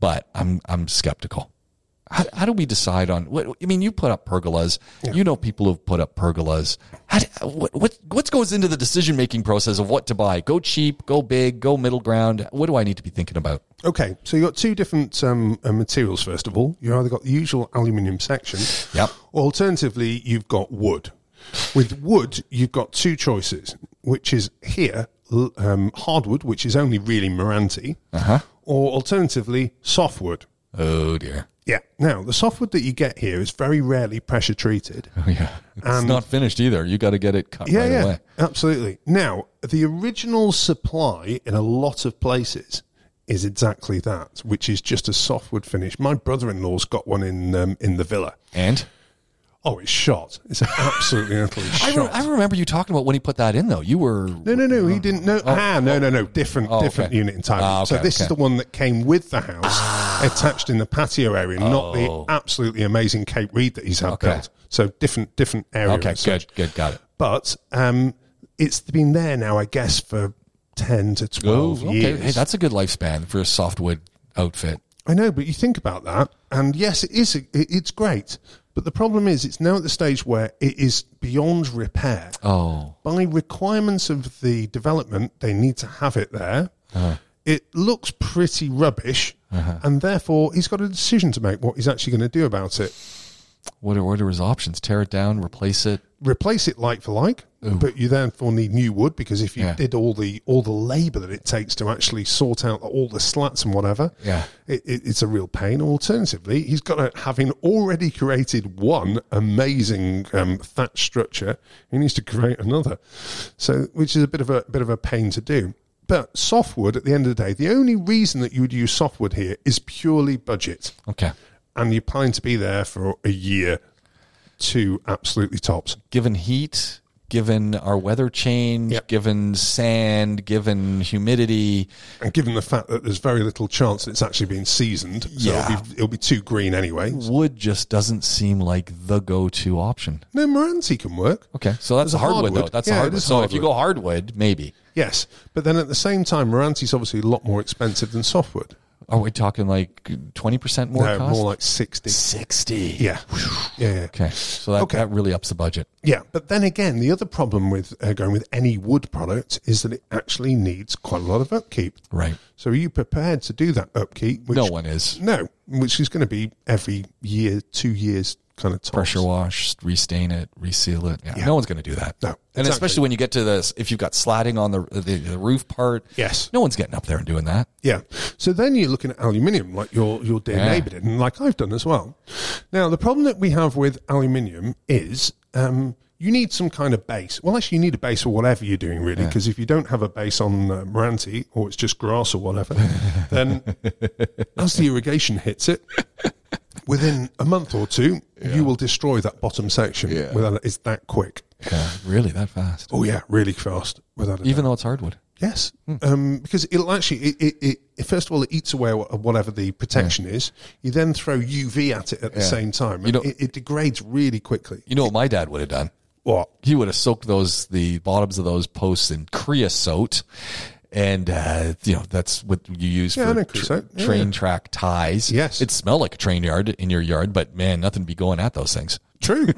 A: But I'm I'm skeptical. How, how do we decide on what? I mean, you put up pergolas. You know people who've put up pergolas. How do, what what what goes into the decision making process of what to buy? Go cheap, go big, go middle ground. What do I need to be thinking about?
B: Okay, so you got two different um, uh, materials. First of all, you either got the usual aluminium section.
A: Yep.
B: Or alternatively, you've got wood. With wood, you've got two choices, which is here l- um, hardwood, which is only really Moranti, uh-huh. or alternatively softwood.
A: Oh dear.
B: Yeah. Now, the softwood that you get here is very rarely pressure treated.
A: Oh yeah, it's not finished either. You got to get it cut right away.
B: Absolutely. Now, the original supply in a lot of places is exactly that, which is just a softwood finish. My brother-in-law's got one in um, in the villa.
A: And
B: Oh, it's shot. It's absolutely and utterly
A: I,
B: shot.
A: re- I remember you talking about when he put that in though. You were
B: no, no, no. He didn't know. ah, no, no, no. Different, different
A: Oh. okay.
B: unit entirely.
A: Ah,
B: so
A: okay,
B: this
A: okay. Ah.
B: is the one that came with the house, attached in the patio area, not
A: Oh.
B: the absolutely amazing Cape Reed that he's had built. So different, different area.
A: okay.
B: as such.
A: Good, good, got it.
B: but um, it's been there now, I guess, for ten to
A: Oh,
B: twelve
A: okay.
B: years.
A: Hey, that's a good lifespan for a softwood outfit.
B: I know, but you think about that, and yes, it is. It, it's great, but the problem is, it's now at the stage where it is beyond repair.
A: Oh,
B: By requirements of the development, they need to have it there.
A: Uh-huh.
B: It looks pretty rubbish, and therefore he's got a decision to make what he's actually going to do about it.
A: what are what are his options? Tear it down, replace it.
B: replace it like for like, but you therefore need new wood because if you
A: Yeah.
B: did all the all the labour that it takes to actually sort out all the slats and whatever,
A: Yeah.
B: it, it, it's a real pain. Alternatively, he's got to having already created one amazing um, thatch structure, he needs to create another, so which is a bit of a bit of a pain to do. But softwood, at the end of the day, the only reason that you would use softwood here is purely budget,
A: Okay.
B: and you plan to be there for a year, two absolutely tops.
A: Given heat, given our weather change,
B: Yep.
A: given sand, given humidity.
B: And given the fact that there's very little chance that it's actually been seasoned, so
A: Yeah.
B: it'll, be, it'll be too green anyway.
A: Wood just doesn't seem like the go-to option.
B: No, Moranti can work.
A: Okay, so that's
B: There's a
A: a hardwood,
B: hardwood.
A: though. That's
B: Yeah,
A: a
B: it
A: hardwood.
B: is
A: So if you go hardwood, maybe.
B: Yes, but then at the same time, Moranti's obviously a lot more expensive than softwood.
A: Are we talking like 20% more
B: no,
A: cost?
B: more like 60.
A: 60.
B: Yeah. Yeah, yeah.
A: Okay. So that,
B: Okay.
A: that really ups the budget.
B: Yeah, but then again, the other problem with uh, going with any wood product is that it actually needs quite a lot of upkeep.
A: Right.
B: So are you prepared to do that upkeep? Which,
A: no one is.
B: No, which is going to be every year, two years kind of tops.
A: Pressure wash, restain it, reseal it. Yeah.
B: Yeah.
A: No one's going to do that.
B: No,
A: And
B: exactly.
A: especially when you get to this, if you've got slatting on the, the, the roof part.
B: Yes.
A: No one's getting up there and doing that.
B: Yeah. So then you're looking at aluminium, like your your dear
A: Yeah.
B: neighbour did, and like I've done as well. Now the problem that we have with aluminium is um, you need some kind of base. Well, actually, you need a base or whatever you're doing, really, because if you don't have a base on uh, Moranti or it's just grass or whatever, then as the irrigation hits it. Within a month or two, you will destroy that bottom section.
A: Yeah.
B: Without, it's that quick.
A: Yeah. Really that fast.
B: Oh yeah, really fast. Without a doubt.
A: Even though it's hardwood.
B: Yes,
A: Hmm.
B: um, because it'll actually it, it, it, it first of all it eats away wha- whatever the protection is. You then throw UV at it at the
A: Yeah.
B: same time.
A: You
B: and
A: don't-
B: it, it degrades really quickly.
A: You know what my dad would have done?
B: What?
A: He would have soaked those, the bottoms of those posts in creosote. And, uh, you know, that's what you use
B: Yeah, I
A: for
B: know creosote. Yeah,
A: train track ties.
B: Yes.
A: It'd smell like a train yard in your yard, but man, nothing be going at those things.
B: True.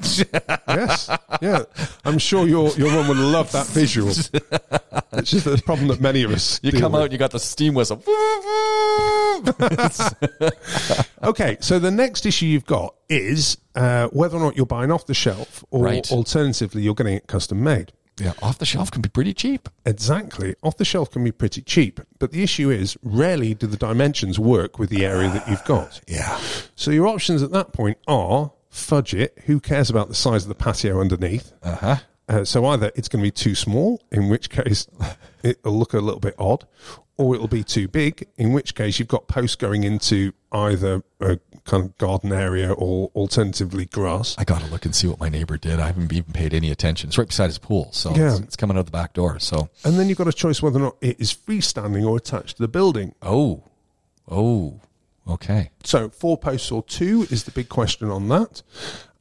B: yes. Yeah. I'm sure your your one would love that visual. It's just a problem that many of us
A: You
B: deal
A: come
B: with.
A: out and you got the steam whistle.
B: Okay, so the next issue you've got is uh, whether or not you're buying off the shelf, or
A: Right.
B: alternatively, you're getting it custom made.
A: yeah, off the shelf can be pretty cheap.
B: Exactly. Off the shelf can be pretty cheap, but the issue is rarely do the dimensions work with the area that you've got.
A: Yeah.
B: So your options at that point are fudge it. Who cares about the size of the patio underneath?
A: Uh-huh.
B: Uh, so either it's going to be too small, in which case it'll look a little bit odd, or it'll be too big, in which case you've got posts going into either a kind of garden area or alternatively grass.
A: I got to look and see what my neighbor did. I haven't even paid any attention. It's right beside his pool, so it's,
B: Yeah.
A: it's coming out the back door. So,
B: And then you've got a choice whether or not it is freestanding or attached to the building.
A: oh, oh, okay.
B: So four posts or two is the big question on that.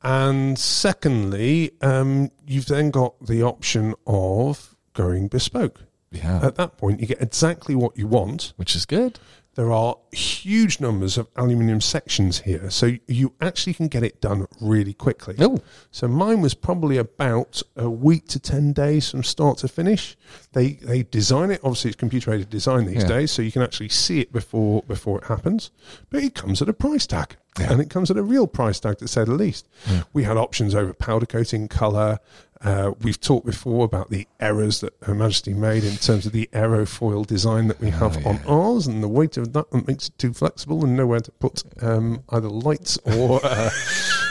B: And secondly, um, you've then got the option of going bespoke.
A: Yeah,
B: At that point, you get exactly what you want.
A: which is good.
B: There are huge numbers of aluminium sections here, so you actually can get it done really quickly.
A: Oh.
B: So mine was probably about a week to ten days from start to finish. They they design it. Obviously, it's computer aided design these
A: Yeah.
B: days, so you can actually see it before before it happens. But it comes at a price tag, and it comes at a real price tag to say the least. We had options over powder coating, color. Uh, we've talked before about the errors that Her Majesty made in terms of the aerofoil design
A: Oh,
B: that we have on ours and the weight of that that makes it too flexible and nowhere to put um, either lights or uh,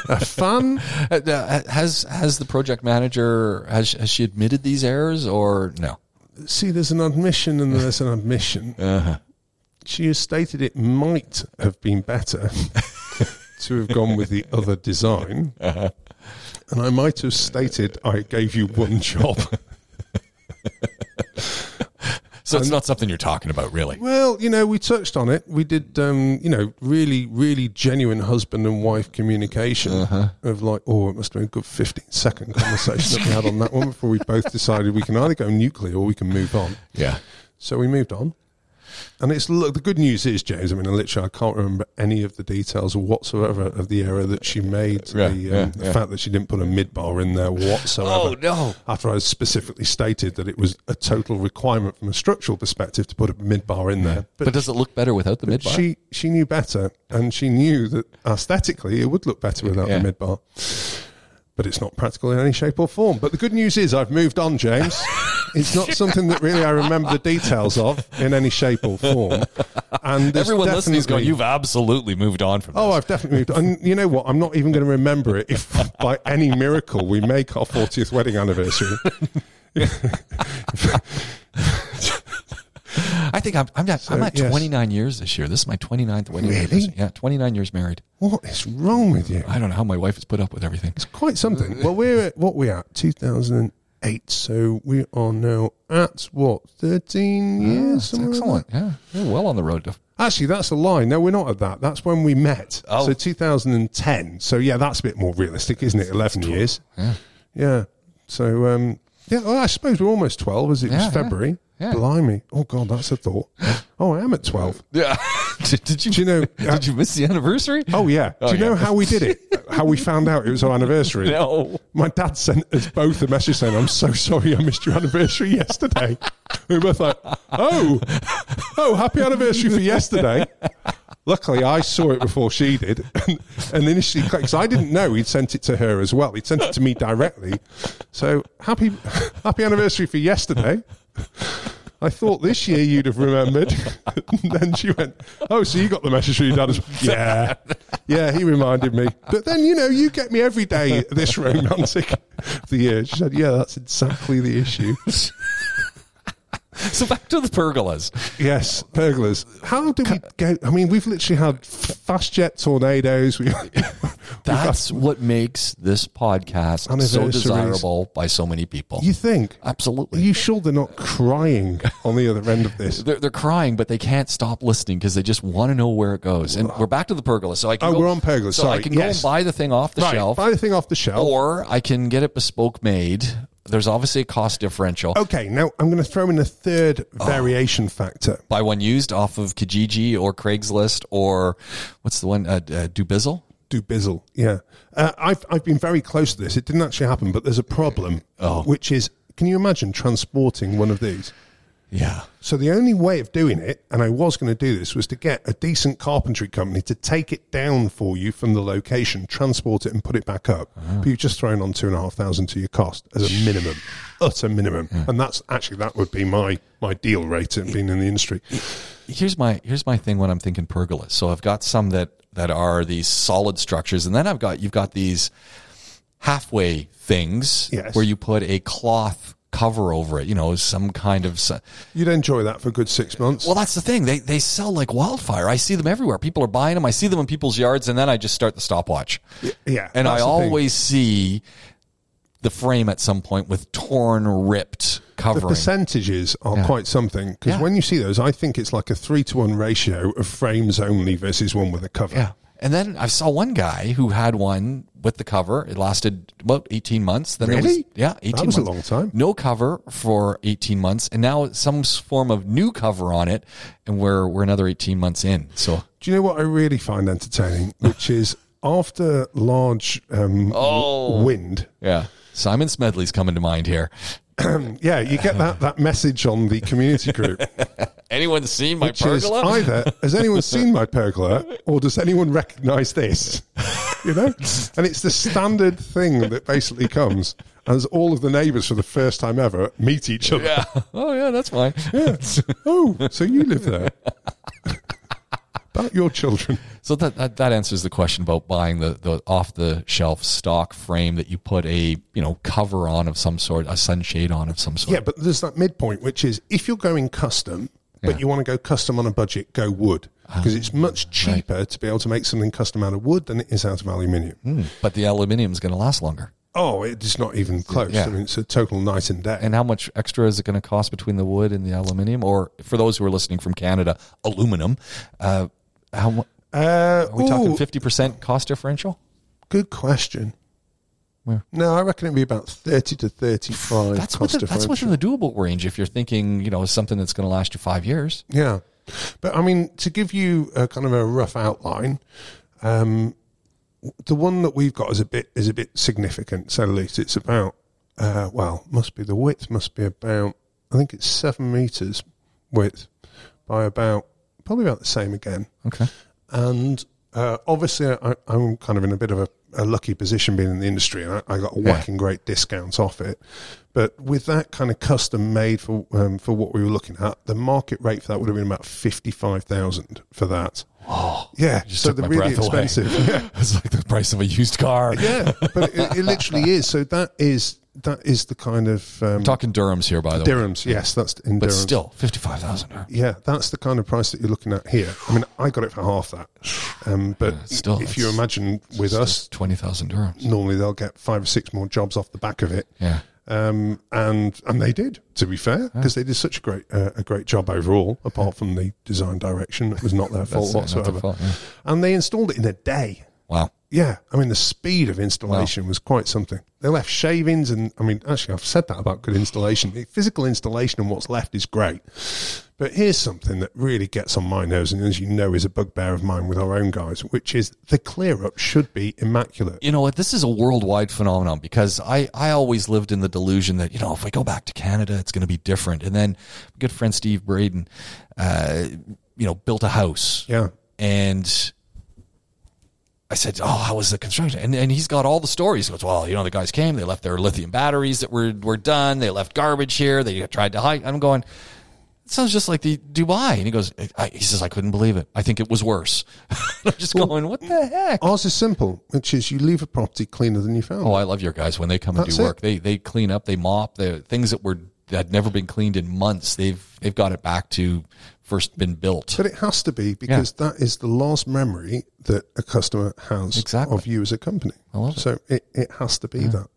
B: a fan.
A: Uh, uh, has has the project manager has has she admitted these errors or no?
B: see, there's an admission and there's an admission. She has stated it might have been better to have gone with the other design. And I might have stated I gave you one job.
A: So it's not something you're talking about, really.
B: well, you know, we touched on it. We did, um, you know, really, really genuine husband and wife communication
A: Uh-huh.
B: of like, oh, it must have been a good 15 second conversation that we had on that one before we both decided we can either go nuclear or we can move on.
A: Yeah.
B: So we moved on. And it's look, the good news is, James, I mean, literally, I can't remember any of the details whatsoever of the error that she made.
A: Yeah,
B: the, um,
A: yeah,
B: the
A: yeah.
B: fact that she didn't put a mid bar in there whatsoever.
A: Oh, no.
B: After I specifically stated that it was a total requirement from a structural perspective to put a mid bar in there.
A: But, does it look better without the mid bar?
B: She she knew better, and she knew that aesthetically it would look better without
A: Yeah.
B: the mid bar. But it's not practical in any shape or form. But the good news is I've moved on, James. it's not something that really I remember the details of in any shape or form. And there's
A: Everyone listening's going,
B: definitely-
A: "You've absolutely moved on from."
B: Oh,
A: this."
B: I've definitely moved. on. And you know what? I'm not even going to remember it if by any miracle we make our 40th wedding anniversary.
A: I think I'm I'm at, I'm at
B: yes.
A: 29 years this year. This is my 29th wedding.
B: Really?
A: anniversary. Yeah, 29 years married.
B: What is wrong with you?
A: I don't know how my wife has put up with everything.
B: It's quite something. Well, we're at what we at 2008, so we are now at what 13
A: Yeah,
B: years.
A: it's
B: somewhere around
A: excellent. Yeah, you're well on the road to.
B: there. Actually, that's a lie. No, we're not at that. That's when we met.
A: Oh.
B: So 2010. So yeah, that's a bit more realistic, isn't it? 11 years.
A: Yeah,
B: Yeah. So um, yeah, well, I suppose we're almost 12 as it
A: Yeah, yeah.
B: was February.
A: Yeah.
B: Blimey. Oh, God, that's a thought. Oh, I am at 12.
A: Yeah. did, did you?
B: Do you know- uh,
A: did you miss the anniversary?
B: Oh, yeah.
A: Oh,
B: Do you know
A: yeah.
B: how we did it? how we found out it was our anniversary?
A: No.
B: My dad sent us both a message saying, I'm so sorry I missed your anniversary yesterday. we were both like, oh, oh, happy anniversary for yesterday. Luckily, I saw it before she did. And, and initially, because I didn't know he'd sent it to her as well. He'd sent it to me directly. So happy, happy anniversary for yesterday. I thought this year you'd have remembered. and then she went, Oh, so you got the message from your dad as well. Yeah. Yeah, he reminded me. But then, you know, you get me every day this romantic of the year. She said, Yeah, that's exactly the issue.
A: So back to the pergolas.
B: Yes, burglars. How do we go? I mean, we've literally had fast jet tornadoes. We,
A: That's what makes this podcast so
B: Anniversaries.
A: desirable by so many people.
B: you think? Are
A: Absolutely.
B: you sure they're not crying on the other end of this?
A: they're, they're crying, but they can't stop listening because they just want to know where it goes. And we're back to the pergola. So I can
B: Oh,
A: go,
B: we're on pergola.
A: So I
B: Sorry.
A: can go
B: Yes.
A: and buy the thing off the shelf,
B: Buy the thing off the shelf.
A: or I can get it bespoke made. There's obviously a cost differential.
B: Okay, now I'm going to throw in a third
A: Oh.
B: variation factor.
A: Buy one used off of Kijiji or Craigslist or what's the one? Uh, uh, Dubizzle.
B: Dubizzle. Yeah, uh, I've I've been very close to this. It didn't actually happen, but there's a problem,
A: Oh.
B: which is can you imagine transporting one of these?
A: Yeah.
B: So the only way of doing it, and I was going to do this, was to get a decent carpentry company to take it down for you from the location, transport it, and put it back up.
A: Ah.
B: But you've just thrown on two and a half thousand to your cost as a minimum, utter minimum, and that's actually that would be my my deal rate and being in the industry.
A: here's my here's my thing when I'm thinking pergolas. So I've got some that that are these solid structures, and then I've got you've got these halfway things
B: Yes.
A: where you put a cloth cover over it. You know, some kind of. s-
B: You'd enjoy that for a good six months.
A: Well, that's the thing. They they sell like wildfire. I see them everywhere. People are buying them. I see them in people's yards, and then I just start the stopwatch.
B: yeah,
A: and I
B: that's the thing.
A: always see the frame at some point with torn, ripped
B: The
A: covering.
B: percentages are quite something because
A: Yeah.
B: when you see those, I think it's like a three to one ratio of frames only versus one with a cover.
A: Yeah. And then I saw one guy who had one with the cover. It lasted about 18 months. Then There was,
B: Really?
A: yeah, 18
B: That was a
A: months.
B: long time.
A: No cover for 18 months. And now it's some s- form of new cover on it. And we're, we're another 18 months in. So,
B: Do you know what I really find entertaining? Which is after large um,
A: Oh.
B: w- wind,
A: yeah. Simon Smedley's coming to mind here.
B: yeah, you get that, that message on the community group,
A: Anyone seen my
B: which is
A: pergola?
B: either has anyone seen my pergola or does anyone recognise this? You know, and it's the standard thing that basically comes as all of the neighbours for the first time ever meet each other.
A: yeah. Oh, yeah, that's mine.
B: Oh, so you live there. About your children.
A: So that, that that answers the question about buying the, the off the shelf stock frame that you put a you know cover on of some sort, a sunshade on of some sort.
B: Yeah, but there's that midpoint, which is if you're going custom, but you want to go custom on a budget, go wood.
A: Ah,
B: Because it's much cheaper to be able to make something custom out of wood than it is out of aluminium.
A: But the aluminium's going to last longer.
B: Oh, it's not even close.
A: Yeah.
B: I mean, it's a total night and day.
A: And how much extra is it going to cost between the wood and the aluminium? Or for those who are listening from Canada, aluminum. Uh, how mu-
B: uh,
A: are we talking
B: ooh,
A: fifty percent cost differential?
B: Good question.
A: Yeah.
B: No, I reckon it'd be about 30 to 35
A: That's
B: cost
A: within, that's
B: differential.
A: within the doable range if you're thinking you know something that's going to last you five years.
B: Yeah. But I mean, to give you a kind of a rough outline, um, the one that we've got is a bit is a bit significant. So at least it's about uh, well, must be the width must be about I think it's seven meters width by about probably about the same again.
A: Okay.
B: And uh, obviously, I, I'm kind of in a bit of a, a lucky position being in the industry, and I, I got a whacking great discounts off it. But with that kind of custom made for um, for what we were looking at, the market rate for that would have been about fifty five thousand for that. Oh, yeah,
A: just
B: so
A: took
B: they're
A: my
B: really
A: breath away.
B: expensive. Yeah,
A: It's like the price of a used car.
B: yeah, but it, it literally is. So that is that is the kind of um,
A: Talking Durham's here, by the way.
B: dirhams. Yes, that's in
A: But
B: dirhams.
A: still, fifty-five thousand.
B: Yeah, that's the kind of price that you're looking at here. I mean, I got it for half that. Um, but
A: still,
B: if you
A: that's-
B: imagine with us,
A: Twenty thousand dirhams.
B: normally they'll get five or six more jobs off the back of it.
A: Yeah.
B: Um, and and they did, to be fair, because they did such a great uh, a great job overall. Apart from the design direction, it was not their fault
A: That's- that's their fault,
B: whatsoever.
A: yeah.
B: And they installed it in a day.
A: Wow.
B: Yeah, I mean the speed of installation was quite something. They left shavings, and I mean, actually, I've said that about good installation. The physical installation and what's left is great. But here's something that really gets on my nerves, and as you know, is a bugbear of mine with our own guys, which is the clear up should be immaculate.
A: you know what this is a worldwide phenomenon because i i always lived in the delusion that you know if i go back to canada it's going to be different and then my good friend steve braden uh you know built a house
B: Yeah.
A: and I said, "Oh, how was the construction?" And, and he's got all the stories. He goes, "Well, you know, the guys came. They left their lithium batteries that were were done. They left garbage here. They tried to hide." I'm going. It sounds just like the Dubai. And he goes, I, "He says I couldn't believe it. I think it was worse." I'm just going, "What the heck?"
B: Ours is simple, which is you leave a property cleaner than you found.
A: Oh, I love your guys when they come and
B: That's
A: do
B: it.
A: work. They they clean up, they mop, the things that were that had never been cleaned in months. They've they've got it back to first been built.
B: But it has to be because that is the last memory that a customer has
A: Exactly.
B: of you as a company.
A: love it.
B: so it. it has to be that.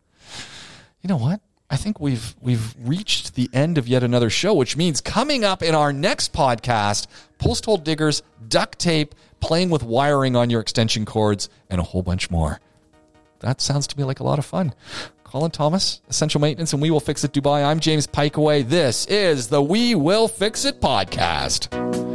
A: you know what? I think we've we've reached the end of yet another show, which means coming up in our next podcast, post hole diggers, duct tape, playing with wiring on your extension cords, and a whole bunch more. That sounds to me like a lot of fun. Colin Thomas, Essential Maintenance, and We Will Fix It Dubai. I'm James Pikeaway. This is the We Will Fix It podcast.